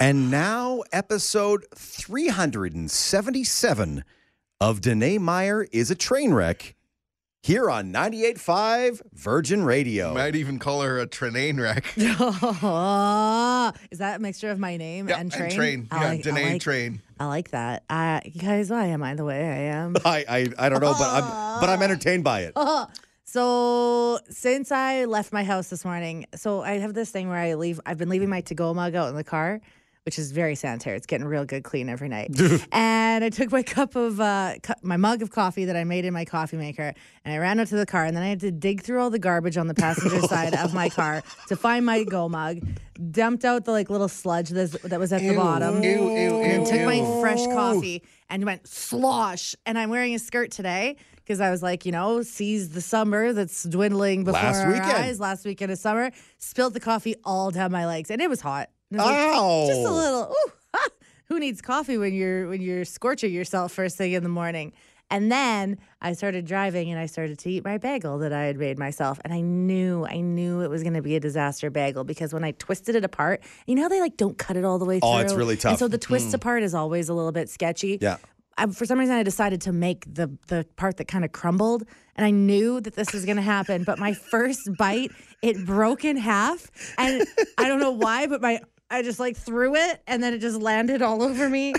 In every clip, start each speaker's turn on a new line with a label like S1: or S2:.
S1: And now, episode 377 of Danae Meyer is a train wreck here on 98.5 Virgin Radio.
S2: Might even call her a train wreck.
S3: Oh, Is that a mixture of my name
S2: Yeah,
S3: and train? I
S2: Yeah,
S3: like, I
S2: Danae
S3: like-
S2: Train.
S3: I like that. Uh, you guys, why am I the way I am?
S1: I, I, I don't know, but I'm, but I'm entertained by it.
S3: Uh-huh. So since I left my house this morning, so I have this thing where I leave. I've been leaving my to-go mug out in the car, which is very sanitary. It's getting real good clean every night. and I took my cup of uh, cu- my mug of coffee that I made in my coffee maker, and I ran out to the car, and then I had to dig through all the garbage on the passenger side of my car to find my go mug. Dumped out the like little sludge that's, that was at the bottom
S2: Ew, ew, ew,
S3: and took my
S2: ew.
S3: fresh coffee and went slosh. And I'm wearing a skirt today because I was like, you know, seize the summer that's dwindling before
S1: Last
S3: our
S1: weekend.
S3: eyes. Last weekend of summer, spilled the coffee all down my legs, and it was hot. And it was like,
S1: Ow!
S3: Oh, Just a little. Ooh, ha, who needs coffee when you're when you're scorching yourself first thing in the morning? And then I started driving and I started to eat my bagel that I had made myself. And I knew, I knew it was going to be a disaster bagel because when I twisted it apart, you know how they like don't cut it all the way through?
S1: Oh, it's really tough.
S3: And so the twist
S2: Mm.
S3: apart is always a little bit sketchy.
S1: Yeah.
S3: I, for some reason, I decided to make the the part that kind of crumbled, and I knew that this was going to happen. But my first bite, it broke in half, and I don't know why, but my I just like threw it, and then it just landed all over me,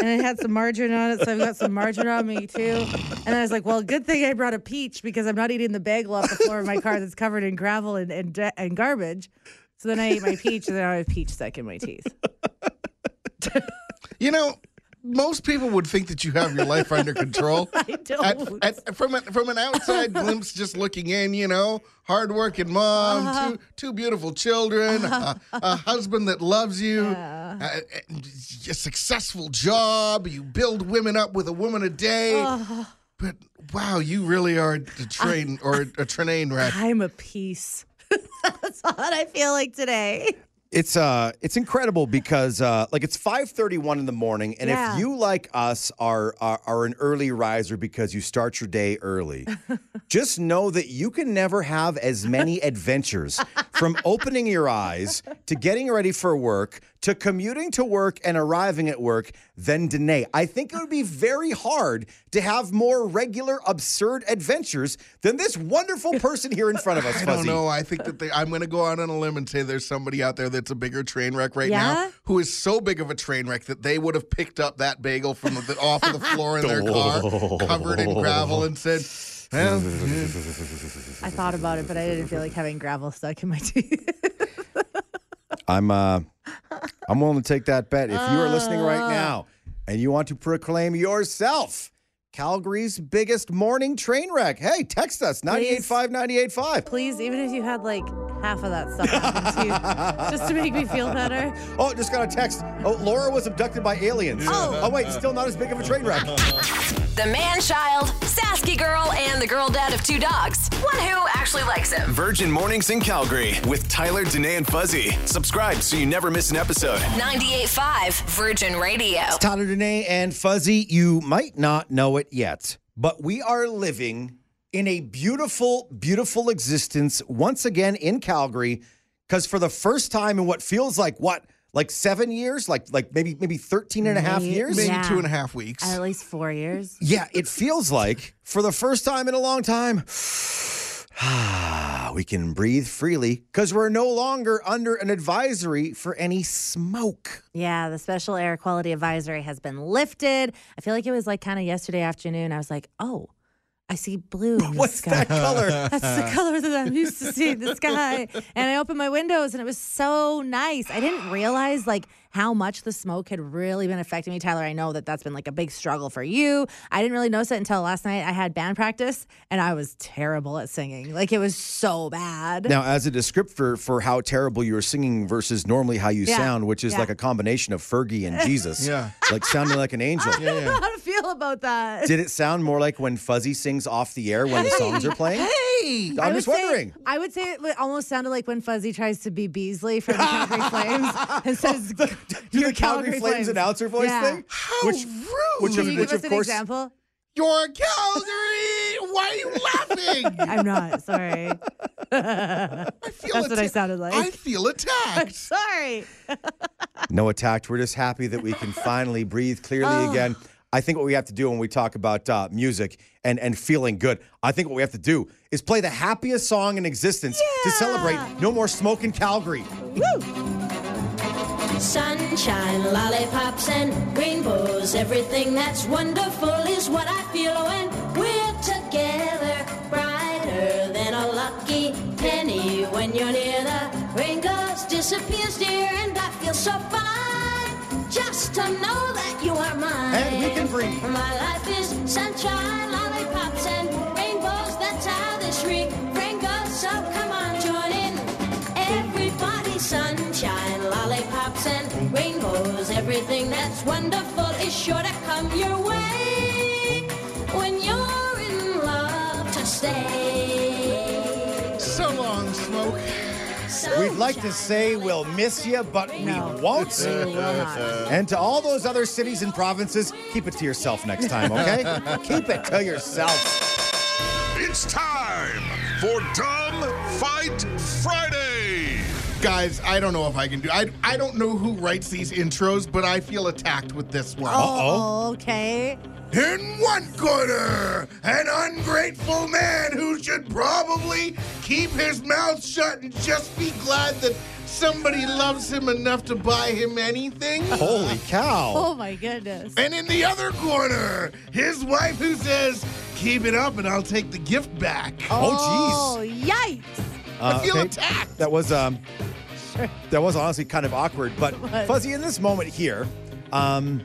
S3: and it had some margarine on it, so I've got some margarine on me too. And I was like, well, good thing I brought a peach because I'm not eating the bagel off the floor of my car that's covered in gravel and and, de- and garbage. So then I ate my peach, and then I have peach stuck in my teeth.
S2: You know, most people would think that you have your life under control.
S3: I don't.
S2: At, at, from, a, from an outside glimpse, just looking in, you know, hardworking mom,
S3: Uh-huh.
S2: two, two beautiful children, a, a husband that loves you, a, a- a successful job. You build women up with a woman a day.
S3: Uh-huh.
S2: But wow, you really are a train or a, a train wreck.
S3: I'm a piece. That's all that I feel like today.
S1: It's uh, it's incredible because uh, like it's five thirty one in the morning, and
S3: Yeah.
S1: if you like us are, are are an early riser because you start your day early, just know that you can never have as many adventures from opening your eyes to getting ready for work to commuting to work and arriving at work than Danae. I think it would be very hard to have more regular absurd adventures than this wonderful person here in front of us. Fuzzy.
S2: I don't know. I think that they, I'm going to go out on a limb and say there's somebody out there that's a bigger train wreck right
S3: Yeah?
S2: now who is so big of a train wreck that they would have picked up that bagel from the, off of the floor in their car, covered in gravel, and said, well,
S3: I thought about it, but I didn't feel like having gravel stuck in my teeth.
S1: I'm uh I'm willing to take that bet. If you are listening right now and you want to proclaim yourself Calgary's biggest morning train wreck, hey, text us 985 985.
S3: Please, even if you had like half of that stuff on your teeth, just to make me feel better.
S1: Oh, just got a text. Oh, Laura was abducted by aliens.
S3: Oh.
S1: wait, still not as big of a train wreck.
S4: The man child, Sasky girl, and the girl dad of two dogs. One who actually likes him.
S5: Virgin Mornings in Calgary with Tyler, Danae, and Fuzzy. Subscribe so you never miss an episode.
S4: 98.5 Virgin Radio.
S1: Tyler Dene and Fuzzy, you might not know it yet, but we are living in a beautiful, beautiful existence once again in Calgary. Because for the first time in what feels like what, like seven years, like like maybe maybe 13 and a half
S3: Maybe-
S1: years?
S2: maybe
S3: Yeah.
S2: two and a half weeks.
S3: At least four years.
S1: Yeah, it feels like for the first time in a long time, we can breathe freely because we're no longer under an advisory for any smoke.
S3: Yeah, the special air quality advisory has been lifted. I feel like it was like kind of yesterday afternoon. I was like, oh, I see blue. In the
S1: What's
S3: sky.
S1: that color?
S3: That's the color that I'm used to seeing in the sky. And I opened my windows and it was so nice. I didn't realize like how much the smoke had really been affecting me, Tyler. I know that that's been like a big struggle for you. I didn't really notice it until last night. I had band practice and I was terrible at singing. Like it was so bad.
S1: Now, as a descriptor for how terrible you were singing versus normally how you
S3: Yeah,
S1: sound, which is
S3: yeah.
S1: like a combination of Fergie and Jesus,
S2: Yeah.
S1: like sounding like an angel.
S2: yeah, yeah.
S3: How do you feel about that?
S1: Did it sound more like when Fuzzy sings off the air when the songs are playing?
S2: Hey!
S1: I'm
S3: would
S1: just wondering.
S3: Say, I would say it would- almost sounded like when Fuzzy tries to be Beasley from the Calgary Flames and says,
S1: Do
S3: "Your
S1: the Calgary, Flames, announcer voice
S3: Yeah.
S1: thing?
S2: How
S1: Which-
S2: rude!
S1: which
S3: Can you
S1: of
S3: give us
S1: course-
S3: an example?
S2: Your Calgary why are you laughing?
S3: I'm not. Sorry.
S2: I feel
S3: That's what I
S2: atta-
S3: sounded like.
S2: I feel attacked.
S3: Sorry.
S1: No attacked. We're just happy that we can finally breathe clearly again. I think what we have to do when we talk about uh, music and, and feeling good, I think what we have to do is play the happiest song in existence to celebrate No More Smoke in Calgary.
S6: Sunshine, lollipops, and rainbows. Everything that's wonderful is what I feel when we're together. Brighter than a lucky penny. When you're near, the rain goes, disappears, dear, and I feel so fine just to know that you are mine.
S1: And we can breathe.
S6: My life is sunshine, lollipops, and rainbows. That's how this refrain goes. So come on, join in. Everybody, sunshine, lollipops, and rainbows. Everything that's wonderful is sure to come your way when you're in love to stay.
S2: So long, smoke.
S1: We'd like to say we'll miss you, but we won't. And to all those other cities and provinces, keep it to yourself next time, okay? keep it to yourself.
S7: It's time for Dumb Fight Friday.
S2: Guys, I don't know if I can do I I don't know who writes these intros, but I feel attacked with this one.
S3: Oh, okay.
S2: In one corner, an ungrateful man who should probably keep his mouth shut and just be glad that somebody loves him enough to buy him anything.
S1: Holy cow.
S3: Oh my goodness.
S2: And in the other corner, his wife who says, Keep it up and I'll take the gift back.
S1: Oh,
S3: Oh, yikes.
S1: Uh,
S2: I feel attacked.
S1: That was um, that was honestly kind of awkward. But
S3: was.
S1: Fuzzy, in this moment here, um,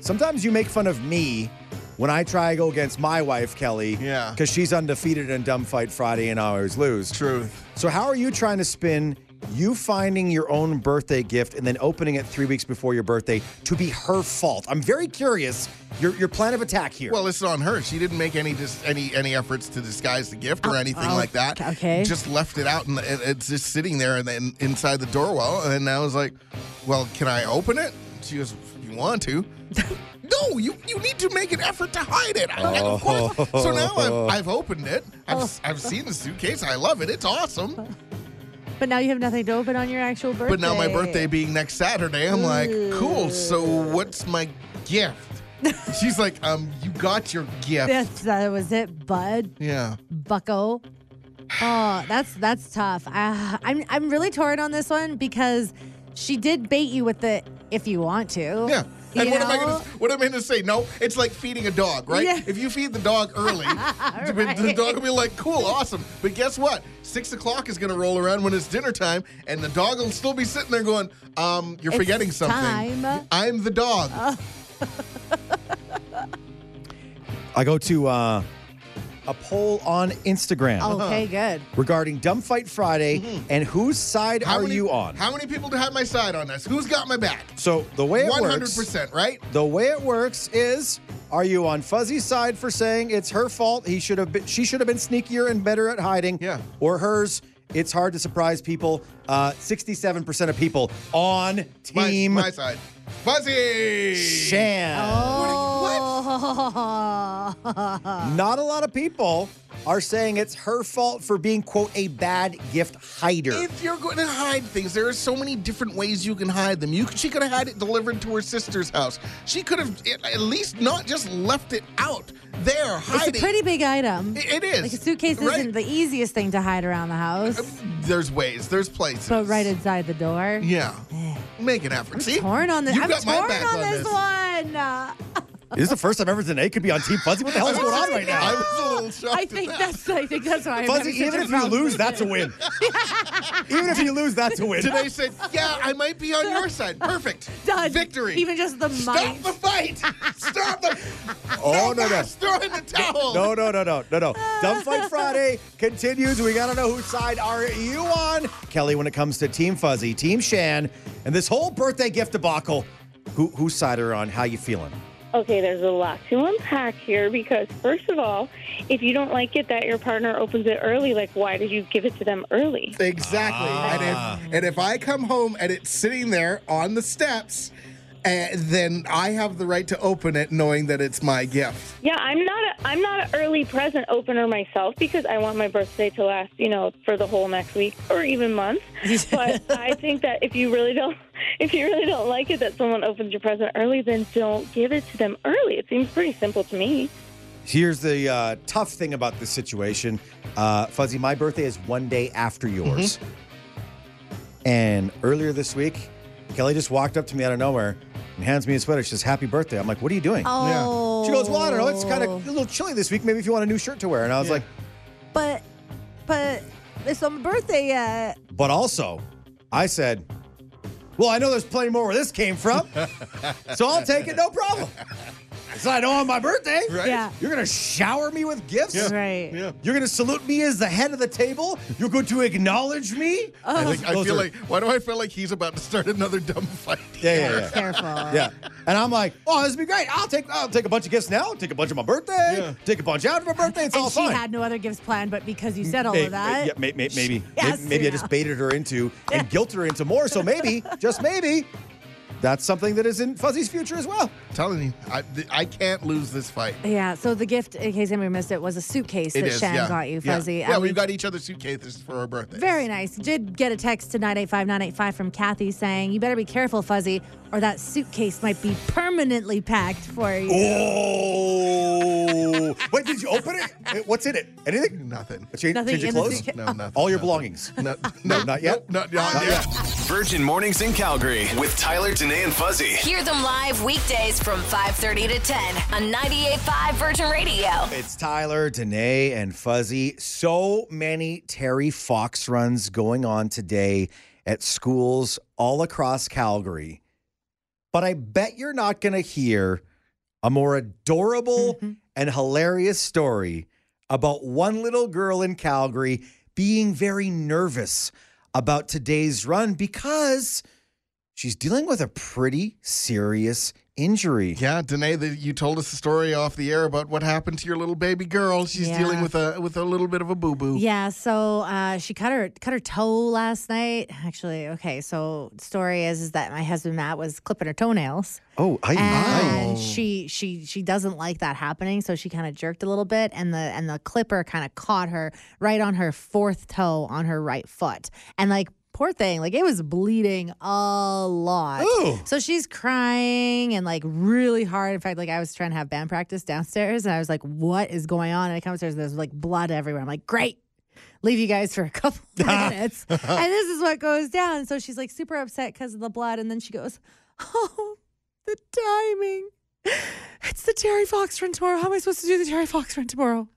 S1: sometimes you make fun of me when I try to go against my wife Kelly.
S2: Yeah.
S1: Because she's undefeated in Dumb Fight Friday and I always lose.
S2: Truth.
S1: So how are you trying to spin? You finding your own birthday gift and then opening it three weeks before your birthday to be her fault. I'm very curious your your plan of attack here.
S2: Well, it's on her. She didn't make any dis- any any efforts to disguise the gift or anything like that.
S3: Oh, okay.
S2: Just left it out and it, it's just sitting there and then inside the doorwell. And I was like, "Well, can I open it?" She goes, "If "You want to?" no, you you need to make an effort to hide it. I- and of course. So now
S3: Oh.
S2: I've, I've opened it. I've, s have seen the suitcase. I love it. It's awesome.
S3: But now you have nothing to open on your actual birthday.
S2: But now my birthday being next Saturday, I'm like, "Cool. So what's my gift?" She's like, "Um, you got your gift."
S3: That's, that was it, bud.
S2: yeah.
S3: Bucko. Oh, that's that's tough. Ah, I'm I'm really torn on this one because she did bait you with the if you want to.
S2: Yeah.
S3: You
S2: And what am I
S3: know?
S2: gonna what am I gonna say? No, it's like feeding a dog, right?
S3: Yeah.
S2: If you feed the dog early, the- the
S3: Right.
S2: dog will be like, "Cool, awesome." But guess what? Six o'clock is gonna roll around when it's dinner time, and the dog will still be sitting there going, "Um, you're
S3: It's
S2: forgetting something."
S3: time. Uh-huh.
S2: I'm the dog.
S1: I go to uh, a poll on Instagram.
S2: Uh-huh.
S3: Okay, good.
S1: regarding Dumb Fight Friday and whose side
S2: Mm-hmm. How
S1: are
S2: many-
S1: you on?
S2: How many people do have my side on this? Who's got my back?
S1: so the way it
S2: One hundred
S1: works,
S2: percent, right?
S1: the way it works is, are you on Fuzzy's side for saying it's her fault? He should have been, she should have been sneakier and better at hiding.
S2: Yeah.
S1: Or hers. It's hard to surprise people. Uh, 67% of people on
S2: My-
S1: team
S2: my, side. Fuzzy.
S1: Shan.
S3: Oh.
S1: Not a lot of people are saying it's her fault for being quote a bad gift hider.
S2: If you're going to hide things, there are so many different ways you can hide them. You could- she could have had it delivered to her sister's house. She could have at at least not just left it out there hiding.
S3: It's a pretty big item.
S2: It- it is.
S3: Like a suitcase
S2: Right. Uh,
S3: isn't the easiest thing to hide around the house,
S2: There's ways. There's places.
S3: but right inside the door.
S2: Yeah. Make an effort. See?
S3: Torn on this.
S2: You
S3: I'm
S2: got my
S3: torn
S2: back
S3: on
S2: on
S3: this,
S2: this.
S3: one. Uh,
S1: this is the first time ever Danae could be on Team Fuzzy. What the hell is going on right now?
S2: I was a little shocked.
S3: I
S2: at
S3: think
S2: that.
S3: that's I think that's why. I'm
S1: Fuzzy, even
S3: having such a
S1: if you
S3: problem
S1: lose,
S3: with
S1: that's
S3: it.
S1: a win. even if you lose, that's a win.
S2: Today said, yeah, I might be on your side. Perfect.
S3: Done.
S2: Victory.
S3: Even just the
S2: Stop
S3: might.
S2: the fight. Stop the.
S1: Oh, no, no.
S2: fast. Throw in the towel.
S1: No, no, no, no, no, no. Dumb Fight Friday continues. We gotta know whose side are you on, Kelly? When it comes to Team Fuzzy, Team Shan, and this whole birthday gift debacle, who whose side are you on? How you feeling?
S8: Okay, there's a lot to unpack here because, first of all, if you don't like it that your partner opens it early, like, why did you give it to them early?
S2: Exactly.
S1: Ah.
S2: And, if, and if I come home and it's sitting there on the eh, steps, uh, then I have the right to open it knowing that it's my gift.
S8: Yeah, I'm not. I'm not an early present opener myself because I want my birthday to last, you know, for the whole next week or even month. But I think that if you really don't, if you really don't like it that someone opens your present early, then don't give it to them early. It seems pretty simple to me.
S1: Here's the uh, tough thing about this situation, uh, Fuzzy. My birthday is one day after yours, and earlier this week, Kelly just walked up to me out of nowhere and hands me a sweater. She says, "Happy birthday!" I'm like, "What are you doing?"
S3: Oh.
S1: She goes, "Well, I don't know. It's kind of a little chilly this week. Maybe if you want a new shirt to wear." And I was like,
S9: But, but it's not my birthday yet.
S1: "But also," I said, "Well, I know there's plenty more where this came from, so I'll take it, no problem." So I know on my birthday,
S2: Right?
S3: Yeah.
S1: you're gonna shower me with gifts.
S3: Right.
S2: Yeah.
S1: You're going to salute me as the head of the table? You're going to acknowledge me?
S3: Oh.
S2: I, think, I
S1: Those
S2: feel
S1: are-
S2: like, why do I feel like he's about to start another dumb fight?
S1: Yeah, yeah, yeah.
S3: Careful.
S1: yeah. And I'm like, oh, this would be great. I'll take I'll take a bunch of gifts now, take a bunch of my birthday,
S2: Yeah.
S1: take a bunch out of my birthday. It's all
S3: and she
S1: fine.
S3: had no other gifts planned, but because you said all
S1: May-
S3: of that,
S1: may- yeah, may- may- maybe
S3: Yes,
S1: maybe, maybe I
S3: you
S1: just
S3: know.
S1: baited her into and guilt her into more. So maybe, just maybe, that's something that is in Fuzzy's future as well.
S2: telling you, I, th- I can't lose this fight.
S3: Yeah, so the gift, in case anybody missed it, was a suitcase
S2: It
S3: that
S2: is,
S3: Shan
S2: yeah.
S3: got you,
S2: Yeah.
S3: Fuzzy.
S2: Yeah,
S3: and
S2: we've got each other's suitcases for our birthdays.
S3: Very nice. Did get a text to 985 985 from Kathy saying, You better be careful, Fuzzy, or that suitcase might be permanently packed for you.
S1: Oh, wait! Did you open it? What's in it? Anything?
S2: Nothing.
S1: Change,
S3: Nothing
S1: change your
S3: in the
S1: clothes?
S3: suitcase.
S2: No, nothing.
S1: All your
S2: nothing.
S1: belongings?
S2: No, no,
S1: not yet?
S2: No, no, not
S1: Not
S2: yet.
S5: Virgin Mornings in Calgary with Tyler, Danae, and Fuzzy.
S4: Hear them live weekdays from 5.30 to 10 on 98.5 Virgin Radio.
S1: It's Tyler, Danae, and Fuzzy. So many Terry Fox runs going on today at schools all across Calgary. But I bet you're not going to hear a more adorable
S3: Mm-hmm.
S1: and hilarious story about one little girl in Calgary being very nervous about today's run because she's dealing with a pretty serious injury.
S2: Yeah, Danae, the, you told us the story off the air about what happened to your little baby girl. She's
S3: Yeah.
S2: dealing with a with a little bit of a boo boo.
S3: Yeah, so uh, she cut her cut her toe last night. Actually, okay. So story is is that my husband Matt was clipping her toenails,
S1: Oh, I,
S3: and she she she doesn't like that happening. So she kind of jerked a little bit, and the and the clipper kind of caught her right on her fourth toe on her right foot, and like poor thing, like it was bleeding a lot.
S1: Ooh.
S3: So she's crying and like really hard. In fact, like I was trying to have band practice downstairs, and I was like, "What is going on?" And I come upstairs, and there's like blood everywhere. I'm like, "Great." leave you guys for a couple minutes. and this is what goes down. So she's like super upset because of the blood. And then she goes, Oh, the timing. It's the Terry Fox run tomorrow. How am I supposed to do the Terry Fox run tomorrow?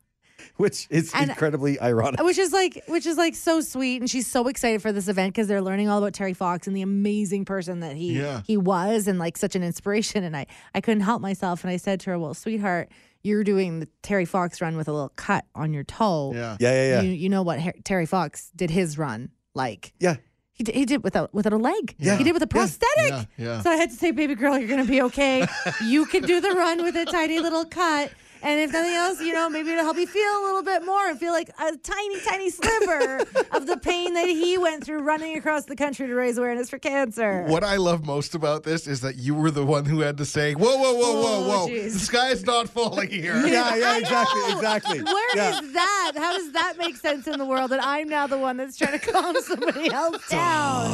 S1: which is
S3: And- Oh,
S1: incredibly ironic.
S3: Which is like, which is like so sweet, and she's so excited for this event because they're learning all about Terry Fox and the amazing person that he
S2: Yeah.
S3: he was, and like such an inspiration. And I I couldn't help myself, and I said to her, "Well, sweetheart, you're doing the Terry Fox run with a little cut on your toe.
S2: Yeah.
S1: Yeah, yeah,
S3: You,
S1: yeah.
S3: you know what Har- Terry Fox did his run like.
S1: yeah.
S3: He did, he did without without a leg.
S2: Yeah.
S3: He did with a prosthetic.
S2: Yeah, yeah.
S3: So I had to say, baby girl, you're gonna be okay. you can do the run with a tiny little cut. And if nothing else, you know, maybe it'll help you feel a little bit more and feel like a tiny, tiny sliver of the pain that he went through running across the country to raise awareness for cancer.
S2: What I love most about this is that you were the one who had to say, "Whoa, whoa, whoa, whoa,
S3: Oh,
S2: whoa!
S3: geez.
S2: The sky's not falling here."
S1: Yeah, yeah, exactly, exactly.
S3: Where is
S1: yeah.
S3: that? How does that make sense in the world that I'm now the one that's trying to calm somebody else down?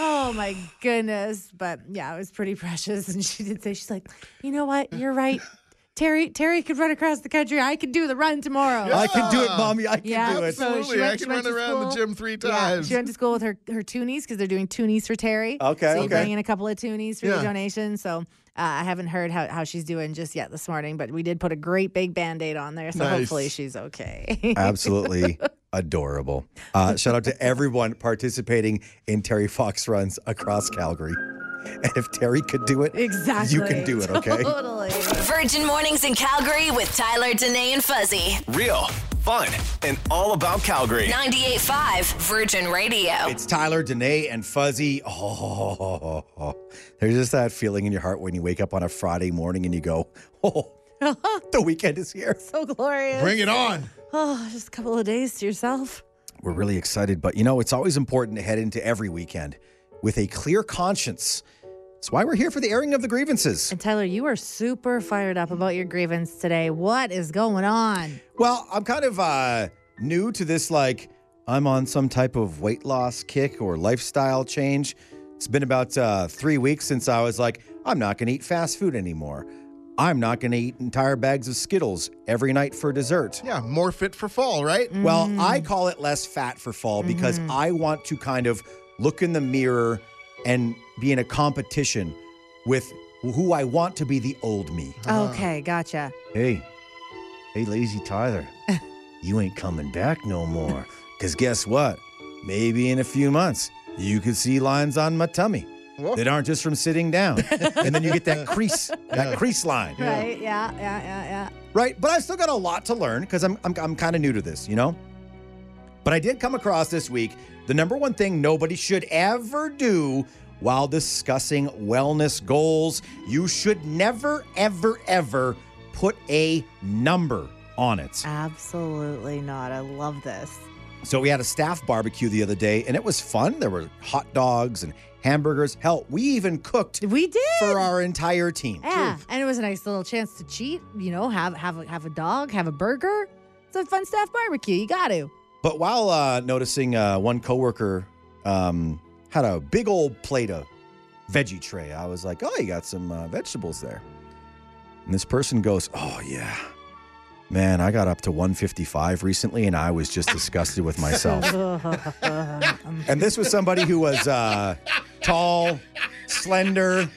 S3: Oh my goodness. But yeah, it was pretty precious. And she did say, she's like, you know what? You're right. Terry Terry could run across the country. I could do the run tomorrow.
S1: I can do it, mommy. I can
S3: Yeah,
S1: do it.
S3: so-
S2: Absolutely,
S3: she went-
S2: I
S3: she
S2: can
S3: went
S2: run
S3: to
S2: around the
S3: school.
S2: gym three
S3: Yeah,
S2: times.
S3: she went to school with her her toonies because they're doing toonies for Terry.
S1: Okay,
S3: so you
S1: okay.
S3: bring in a couple of toonies for
S2: Yeah.
S3: the donation. So uh, I haven't heard how, how she's doing just yet this morning, but we did put a great big band aid on there, so
S2: Nice.
S3: hopefully she's okay.
S1: Absolutely adorable. Uh, shout out to everyone participating in Terry Fox runs across Calgary. And if Terry could do it,
S3: exactly,
S1: you can do it, okay?
S3: Totally.
S4: Virgin Mornings in Calgary with Tyler, Danae, and Fuzzy.
S5: Real, fun, and all about Calgary.
S4: 98.5 Virgin Radio.
S1: It's Tyler, Danae, and Fuzzy. Oh, there's just that feeling in your heart when you wake up on a Friday morning and you go, oh, the weekend is here.
S3: So glorious.
S2: Bring it on!
S3: oh, just a couple of days to yourself.
S1: We're really excited, but you know, it's always important to head into every weekend with a clear conscience. That's why we're here for the airing of the grievances.
S3: And Tyler, you are super fired up about your grievance today. What is going on?
S1: Well, I'm kind of uh, new to this, like, I'm on some type of weight loss kick or lifestyle change. It's been about uh, three weeks since I was like, I'm not going to eat fast food anymore. I'm not going to eat entire bags of Skittles every night for dessert.
S2: Yeah, more fit for fall, right?
S3: Mm.
S1: Well, I call it less fat for fall because I want to kind of look in the mirror and be in a competition with who I want to be the old me.
S3: Okay, gotcha.
S1: Hey, hey, lazy Tyler, you ain't coming back no more. Because guess what? Maybe in a few months, you could see lines on my tummy that aren't just from sitting down. and then you get that crease, that crease line.
S9: Right? Yeah, yeah, yeah, yeah.
S1: Right. But I still got a lot to learn because I'm, I'm, I'm kind of new to this, you know? But I did come across this week the number one thing nobody should ever do while discussing wellness goals. You should never, ever, ever put a number on it.
S3: Absolutely not. I love this.
S1: So we had a staff barbecue the other day and it was fun. There were hot dogs and hamburgers. Hell, we even cooked
S3: We did.
S1: for our entire team.
S3: yeah, and it was a nice little chance to cheat. You know, have have a, have a dog, have a burger. It's a fun staff barbecue. You got to.
S1: But while uh, noticing uh, one coworker um, had a big old plate of veggie tray, I was like, "Oh, you got some uh, vegetables there." And this person goes, "Oh yeah, man, I got up to 155 recently, and I was just disgusted with myself." and this was somebody who was uh, tall, slender,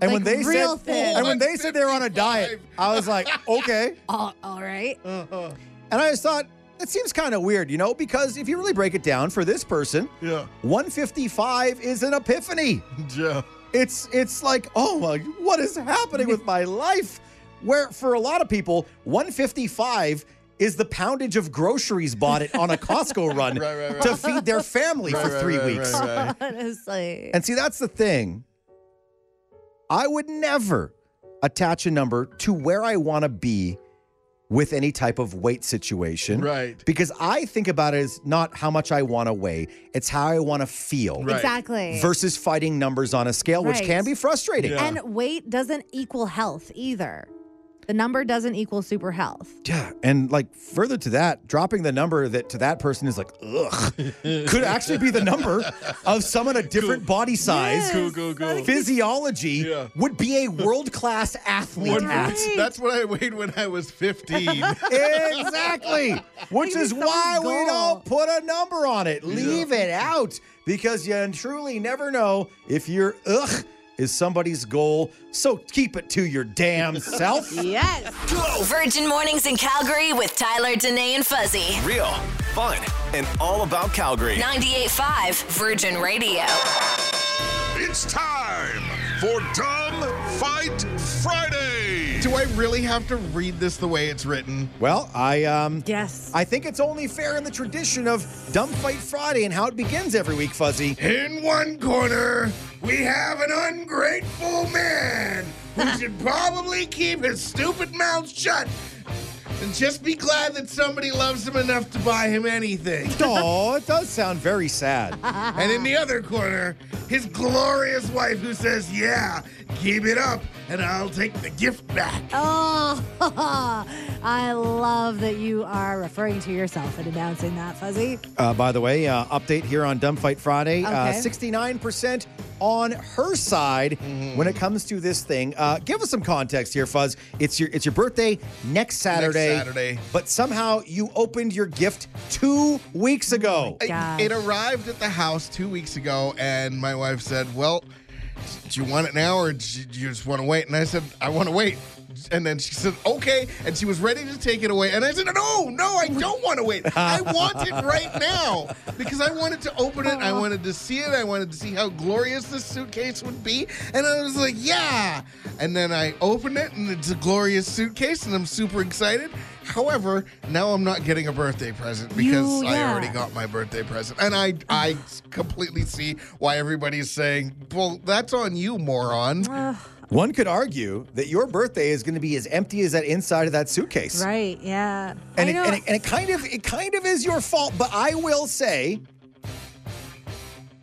S1: and when
S3: Like
S1: they
S3: real
S1: said,
S3: thin.
S1: and when they said they were on a diet, I was like, "Okay."
S3: all, all right.
S1: And I just thought, that seems kind of weird, you know, because if you really break it down for this person,
S2: Yeah,
S1: 155 is an epiphany.
S2: yeah.
S1: It's it's like, oh my, what is happening with my life? Where for a lot of people, 155 is the poundage of groceries bought at, on a Costco run
S2: Right, right, right.
S1: to feed their family
S2: Right,
S1: for
S2: right,
S1: three
S2: right,
S1: weeks.
S2: right, right.
S3: Honestly.
S1: And see, that's the thing. I would never attach a number to where I want to be with any type of weight situation.
S2: Right.
S1: Because I think about it as not how much I want to weigh, it's how I want to feel
S2: Right.
S3: Exactly.
S1: versus fighting numbers on a scale, which
S3: Right.
S1: can be frustrating.
S2: Yeah.
S3: and weight doesn't equal health either. The number doesn't equal super health.
S1: Yeah, and like further to that, dropping the number that to that person is like, ugh, could actually be the number of someone a different body size.
S2: Go, go, go.
S1: Physiology
S2: Yeah.
S1: would be a world class athlete
S2: What-
S1: at.
S2: That's what I weighed when I was 15.
S1: Exactly. Which
S3: Maybe
S1: is
S3: someone's
S1: why we
S3: goal.
S1: don't put a number on it. Leave it out because you truly never know if your ugh is somebody's goal. So keep it to your damn self.
S3: Yes.
S4: Virgin Mornings in Calgary with Tyler, Danae, and Fuzzy.
S5: Real, fun, and all about Calgary.
S4: 98.5 Virgin Radio.
S7: It's time for Dumb Fight Friday.
S2: Do I really have to read this the way it's written?
S1: Well, I um
S3: Yes.
S1: I think it's only fair in the tradition of Dumb Fight Friday and how it begins every week, Fuzzy.
S2: In one corner, we have an ungrateful man who should probably keep his stupid mouth shut and just be glad that somebody loves him enough to buy him anything.
S1: Oh, it does sound very sad.
S2: And in the other corner, his glorious wife who says, Yeah, keep it up, and I'll take the gift back.
S3: Oh, I love that you are referring to yourself and announcing that, Fuzzy.
S1: Uh, by the way, uh, update here on Dumb Fight Friday. Uh,
S3: Okay.
S1: 69% on her side when it comes to this thing. Uh, give us some context here, Fuzz. It's your it's your birthday next Saturday.
S2: Saturday.
S1: But somehow you opened your gift two weeks ago.
S2: It-
S3: Gosh.
S2: It arrived at the house two weeks ago, and my wife said, Well, do you want it now or do you do you just want to wait? And I said, I want to wait. And then she said, Okay. And she was ready to take it away. And I said, No, no, I don't want to wait. I want it right now because I wanted to open it. I wanted to see it. I wanted to see how glorious this suitcase would be. And I was like, Yeah. And then I opened it, and it's a glorious suitcase, and I'm super excited. However, now I'm not getting a birthday present because I
S3: yeah.
S2: already got got my birthday present. And I I completely see why everybody's saying, "Well, that's on you, moron."
S1: One could argue that your birthday is going to be as empty as that inside of that suitcase.
S3: Right, yeah.
S1: and
S3: I
S1: it,
S3: know.
S1: and, it, and it kind of it kind of is your fault but i will say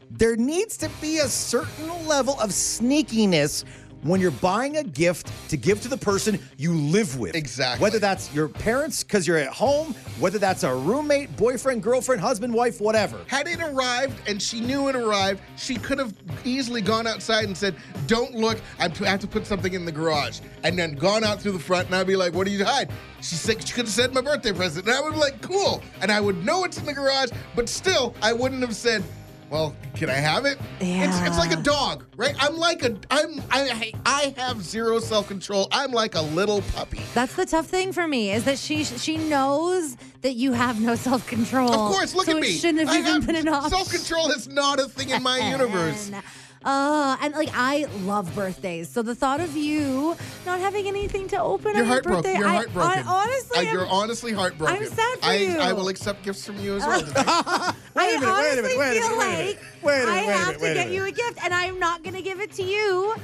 S1: There needs to be a certain level of sneakiness when you're buying a gift to give to the person you live with.
S2: Exactly.
S1: Whether that's your parents because you're at home, whether that's a roommate, boyfriend, girlfriend, husband, wife, whatever.
S2: Had it arrived and she knew it arrived, she could have easily gone outside and said, Don't look, I p- have to put something in the garage. And then gone out through the front and I'd be like, What do you hide? She said she could have said my birthday present. And I would be like, Cool. And I would know it's in the garage, but still, I wouldn't have said, well, can I have it? It's, it's like a dog, right? I'm like a I'm I I have zero self control. I'm like a little puppy.
S3: That's the tough thing for me is that she she knows that you have no self control.
S2: Of course, look
S3: so
S2: at
S3: it
S2: me.
S3: Shouldn't have
S2: I
S3: even been an option.
S2: Self control is not a thing in my universe.
S3: And, uh, and like I love birthdays, so the thought of you not having anything to
S2: You're
S3: open on your
S2: heartbroken.
S3: birthday,
S2: You're
S3: I-
S2: heartbroken.
S3: I, honestly,
S2: Uh,
S3: am-
S2: you're honestly heartbroken.
S3: I'm sad for
S2: I,
S3: you.
S2: I will accept gifts from you as well. today.
S3: I
S1: minute, wait a
S3: honestly
S1: minute, wait a minute,
S3: feel
S1: wait a minute.
S3: like
S1: Wait a minute,
S3: I
S1: wait a
S3: have
S1: minute,
S3: to
S1: wait a
S3: get
S1: minute.
S3: you a gift, and I'm not gonna give it to you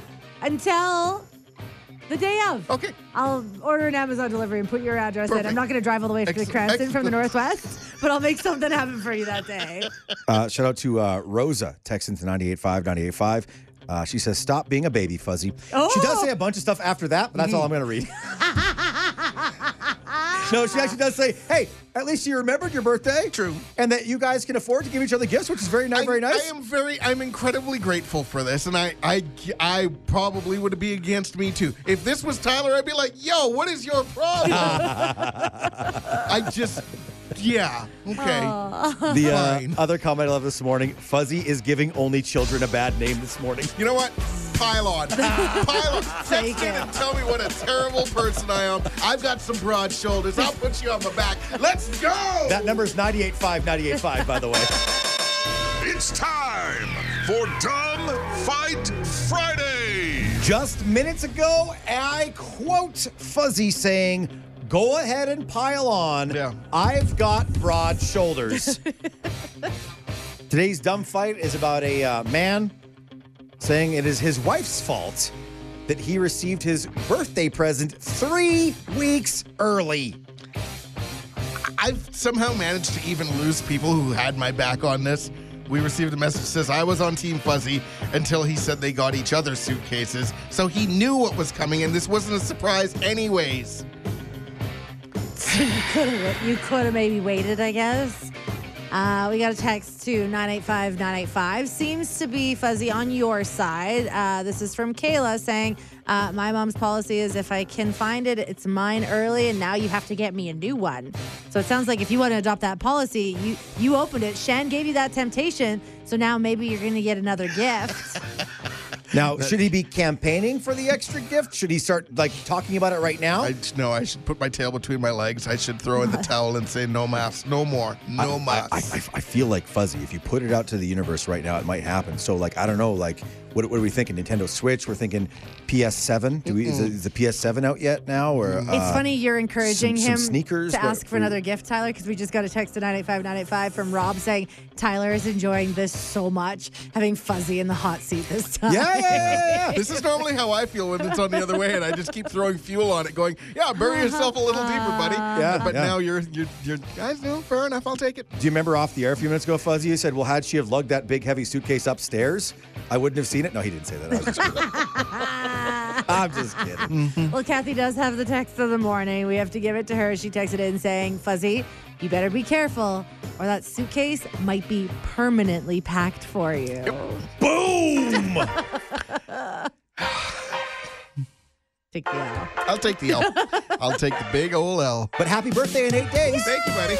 S3: until the day of.
S2: Okay.
S3: I'll order an Amazon delivery and put your address in.
S2: Perfect.
S3: I'm not going to drive all the way to
S2: Ex-
S3: Cranston from the
S2: excellent.
S3: Northwest, but I'll make something happen for you that day.
S1: Uh, shout out to uh, Rosa, texting to 985 985. Uh, she says, Stop being a baby, Fuzzy. She does
S3: Oh!
S1: say a bunch of stuff after that, but that's all I'm going to read. no, she actually does say, Hey, at least you remembered your birthday.
S2: True.
S1: And that you guys can afford to give each other gifts, which is very nice.
S2: I-
S1: very nice.
S2: I am very, I'm incredibly grateful for this, and I, I, I probably would be against me too. If this was Tyler, I'd be like, "Yo, what is your problem?" I just, yeah, okay.
S1: the uh,
S2: fine.
S1: other comment I love this morning Fuzzy is giving only children a bad name this morning.
S2: You know what? Pile on, pile on.
S3: Take
S2: Text in
S3: it.
S2: and tell me what a terrible person I am. I've got some broad shoulders. I'll put you on my back. Let's go.
S1: That number is 985 985, by the way.
S7: It's time for Dumb Fight Friday.
S1: Just minutes ago, I quote Fuzzy saying, Go ahead and pile on.
S2: Yeah.
S1: I've got broad shoulders. Today's dumb fight is about a uh, man saying it is his wife's fault that he received his birthday present three weeks early.
S2: I've somehow managed to even lose people who had my back on this. We received a message that says I was on Team Fuzzy until he said they got each other's suitcases, so he knew what was coming, and this wasn't a surprise, anyways.
S3: you could have maybe waited, I guess. Uh, we got a text to 985 985. Seems to be fuzzy on your side. Uh, this is from Kayla saying, uh, My mom's policy is if I can find it, it's mine early, and now you have to get me a new one. So it sounds like if you want to adopt that policy, you, you opened it. Shan gave you that temptation. So now maybe you're going to get another gift.
S1: Now, should he be campaigning for the extra gift? Should he start like talking about it right now?
S2: I know I should put my tail between my legs. I should throw in the towel and say no mas, no more, no
S1: I,
S2: mas.
S1: I, I I feel like fuzzy. If you put it out to the universe right now, it might happen. So, like, I don't know. Like, what, what are we thinking? Nintendo Switch? We're thinking PS7. Do we, is, the, is the PS7 out yet now? Or uh,
S3: It's funny you're encouraging
S1: some- some
S3: him
S1: sneakers,
S3: to
S1: but
S3: ask for
S1: we-
S3: another gift, Tyler, because we just got a text to 985-985 from Rob saying Tyler is enjoying this so much, having Fuzzy in the hot seat this time.
S1: Yeah, yeah, yeah, yeah, yeah.
S2: this is normally how I feel when it's on the other way, and I just keep throwing fuel on it, going, "Yeah, bury yourself a little deeper, buddy."
S1: Yeah,
S2: But
S1: yeah.
S2: now you're you're you're guys, no, fair enough. I'll take it.
S1: Do you remember off the air a few minutes ago, Fuzzy? You said, "Well, had she have lugged that big heavy suitcase upstairs, I wouldn't have seen it." No, he didn't say that. I was just kidding. I'm just kidding.
S3: Well, Kathy does have the text of the morning. We have to give it to her. She texted in saying, Fuzzy, you better be careful, or that suitcase might be permanently packed for you.
S1: Boom!
S3: Take the L.
S2: I'll take the L. I'll take the big ol' L.
S1: But happy birthday in eight days.
S2: Thank you, buddy.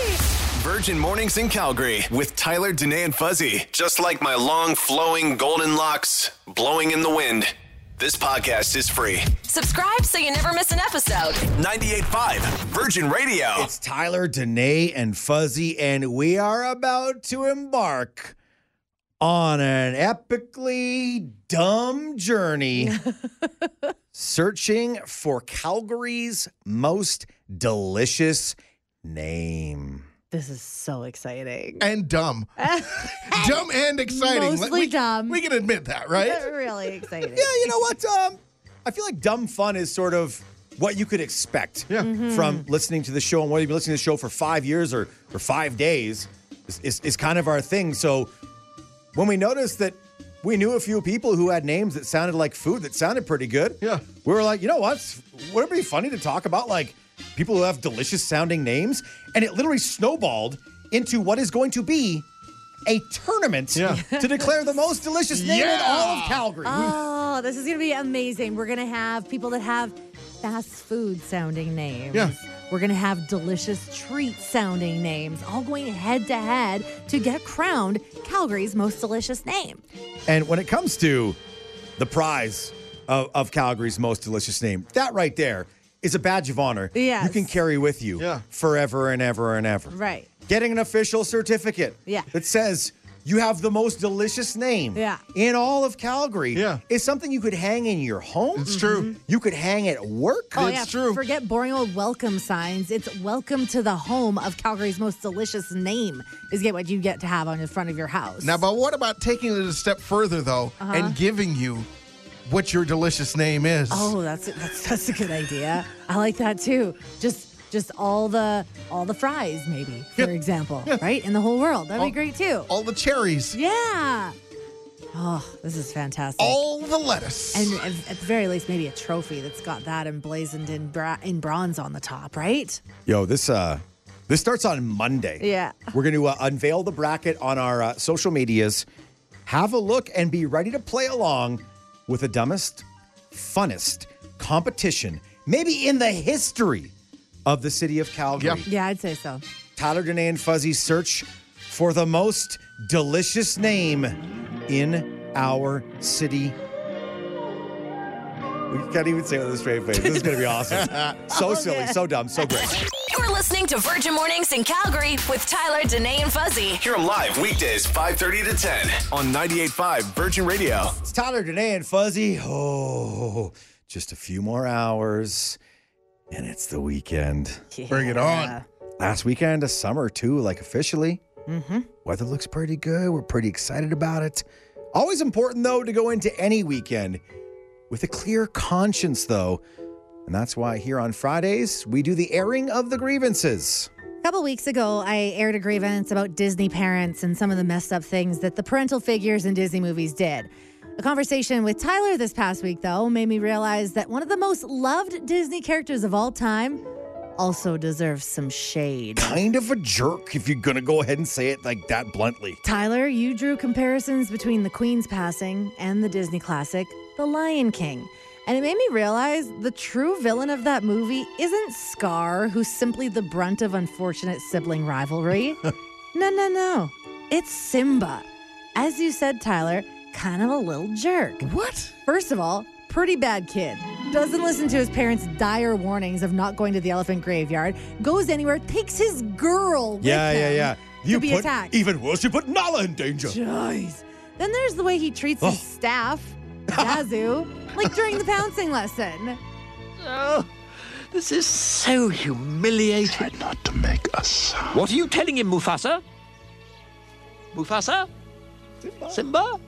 S5: Virgin Mornings in Calgary with Tyler, Danae, and Fuzzy. Just like my long, flowing golden locks blowing in the wind. This podcast is free.
S4: Subscribe so you never miss an episode.
S5: 98.5 Virgin Radio.
S1: It's Tyler, Danae, and Fuzzy, and we are about to embark on an epically dumb journey searching for Calgary's most delicious name.
S3: This is so exciting.
S2: And dumb. dumb and exciting. Let-
S3: Mostly
S2: we,
S3: dumb.
S2: We can admit that, right?
S3: really exciting.
S1: Yeah, you know what? Um, I feel like dumb fun is sort of what you could expect
S2: Yeah.
S1: from listening to the show, and whether you've been listening to the show for five years or for five days is, is, is kind of our thing. So when we noticed that we knew a few people who had names that sounded like food that sounded pretty good.
S2: Yeah.
S1: We were like, you know what? Would it be funny to talk about like people who have delicious sounding names? And it literally snowballed into what is going to be a tournament
S2: Yeah.
S1: to declare the most delicious name in
S2: Yeah.
S1: all of Calgary.
S3: Oh, this is going to be amazing. We're going to have people that have fast food sounding names.
S2: Yeah.
S3: We're going to have delicious treat sounding names, all going head to head to get crowned Calgary's most delicious name.
S1: And when it comes to the prize of, of Calgary's most delicious name, that right there is a badge of honor
S3: Yes.
S1: you can carry with you
S2: Yeah.
S1: forever and ever and ever.
S3: Right.
S1: Getting an official certificate
S3: Yeah.
S1: that says you have the most delicious name
S3: Yeah.
S1: in all of Calgary
S2: Yeah.
S1: is something you could hang in your home. Mm-hmm.
S2: It's true.
S1: You could hang at work.
S3: Oh,
S2: It's
S3: yeah.
S2: true.
S3: Forget boring old welcome signs. It's welcome to the home of Calgary's most delicious name, is get what you get to have on the front of your house.
S2: Now, but what about taking it a step further, though,
S3: Uh-huh.
S2: and giving you what your delicious name is?
S3: Oh, that's that's that's a good idea. I like that too. Just just all the all the fries, maybe for example, right in the whole world. That'd be great too.
S2: All the cherries,
S3: yeah. Oh, this is fantastic.
S2: all the lettuce.
S3: and at, at the very least, maybe a trophy that's got that emblazoned in bra- in bronze on the top, right?
S1: Yo, this uh, this starts on Monday.
S9: Yeah.
S1: we're going to uh, unveil the bracket on our uh, social medias. Have a look and be ready to play along with the dumbest, funnest competition, maybe in the history of the city of Calgary.
S2: Yep.
S3: Yeah, I'd say so.
S1: Tyler Danae and Fuzzy search for the most delicious name in our city. We can't even say it with a straight face. This is going to be awesome. So silly, so dumb, so great.
S4: You're listening to Virgin Mornings in Calgary with Tyler, Danae, and Fuzzy.
S5: Hear them live weekdays 5:30 to 10 on 98.5 Virgin Radio.
S1: It's Tyler, Danae, and Fuzzy. Oh, just a few more hours, and it's the weekend.
S2: Bring it on.
S1: Last weekend of summer, too, like officially. Mm-hmm. Weather looks pretty good. We're pretty excited about it. Always important, though, to go into any weekend with a clear conscience, though. And that's why here on Fridays, we do the airing of the grievances.
S3: A couple weeks ago, I aired a grievance about Disney parents and some of the messed up things that the parental figures in Disney movies did. A conversation with Tyler this past week, though, made me realize that one of the most loved Disney characters of all time also deserves some shade.
S1: Kind of a jerk if you're going to go ahead and say it like that bluntly.
S3: Tyler, you drew comparisons between the Queen's passing and the Disney classic, The Lion King. And it made me realize the true villain of that movie isn't Scar, who's simply the brunt of unfortunate sibling rivalry. no, no, no. It's Simba. As you said, Tyler, kind of a little jerk.
S2: What?
S3: First of all, pretty bad kid. Doesn't listen to his parents' dire warnings of not going to the elephant graveyard, goes anywhere, takes his girl with
S1: Yeah, yeah,
S3: him
S1: yeah.
S3: to be attacked.
S1: even worse, you put Nala in danger.
S3: Jeez. Then there's the way he treats his staff, Zazu, like during the pouncing lesson.
S10: This is so humiliating. Try not to make a sound. What are you telling him, Mufasa? Mufasa? Simba?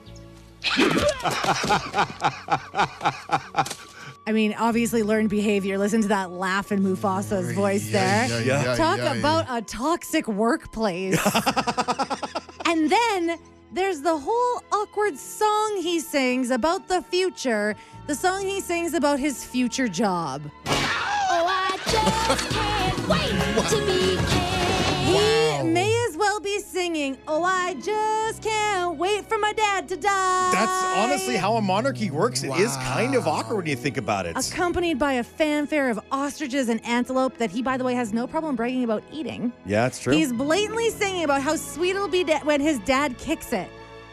S3: I mean, obviously learned behavior. Listen to that laugh in Mufasa's voice there.
S2: yeah, yeah,
S3: Talk
S2: yeah,
S3: about a toxic workplace. and then there's the whole awkward song he sings about the future, the song he sings about his future job.
S6: Oh, I just can't wait to be king.
S3: He may as well be singing, Oh, I just can't wait for my dad to die.
S1: That's honestly how a monarchy works. It is kind of awkward when you think about it.
S3: accompanied by a fanfare of ostriches and antelope that he, by the way, has no problem bragging about eating.
S1: Yeah, it's true.
S3: He's blatantly singing about how sweet it'll be da- when his dad kicks it.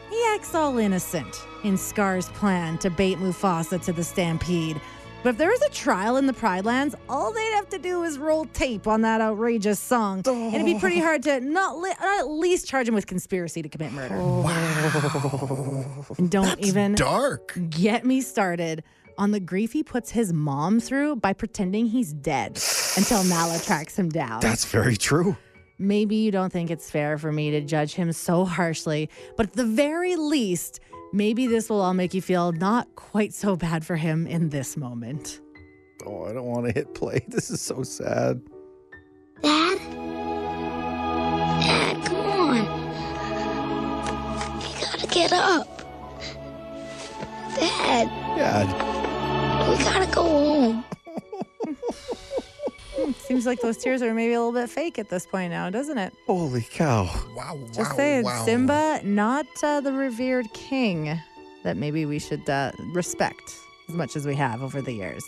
S3: He acts all innocent in Scar's plan to bait Mufasa to the stampede. But if there was a trial in the Pride Lands, all they'd have to do is roll tape on that outrageous song. And it'd be pretty hard to not, li- not at least charge him with conspiracy to commit murder. And don't even
S2: Dark.
S3: get me started on the grief he puts his mom through by pretending he's dead until Nala tracks him down.
S1: That's very true.
S3: Maybe you don't think it's fair for me to judge him so harshly, but at the very least, maybe this will all make you feel not quite so bad for him in this moment.
S1: Oh, I don't want to hit play. This is so sad.
S6: Dad? Dad, come on. We gotta
S11: get up. Dad. We gotta go home.
S3: Hmm, Seems like those tears are maybe a little bit fake at this point now, doesn't it?
S1: Holy cow.
S2: Wow,
S3: Just
S2: wow,
S3: saying,
S2: wow.
S3: Simba, not uh, the revered king that maybe we should uh, respect as much as we have over the years.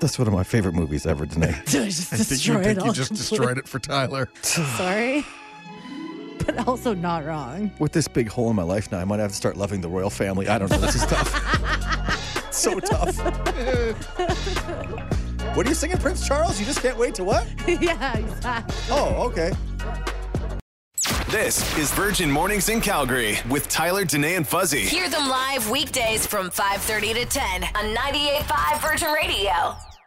S1: That's one of my favorite movies ever, Danae.
S3: Just
S2: I think you,
S3: destroy it
S2: think you
S3: all
S2: just
S3: completely.
S2: destroyed it for Tyler.
S3: Sorry. But also not wrong.
S1: With this big hole in my life now, I might have to start loving the royal family. I don't know. This is tough. so tough. What are you singing, Prince Charles? You just can't wait to what?
S3: yeah, exactly.
S1: Oh, okay.
S5: This is Virgin Mornings in Calgary with Tyler, Danae, and Fuzzy.
S4: Hear them live weekdays from 5:30 to 10 on 98.5 Virgin Radio.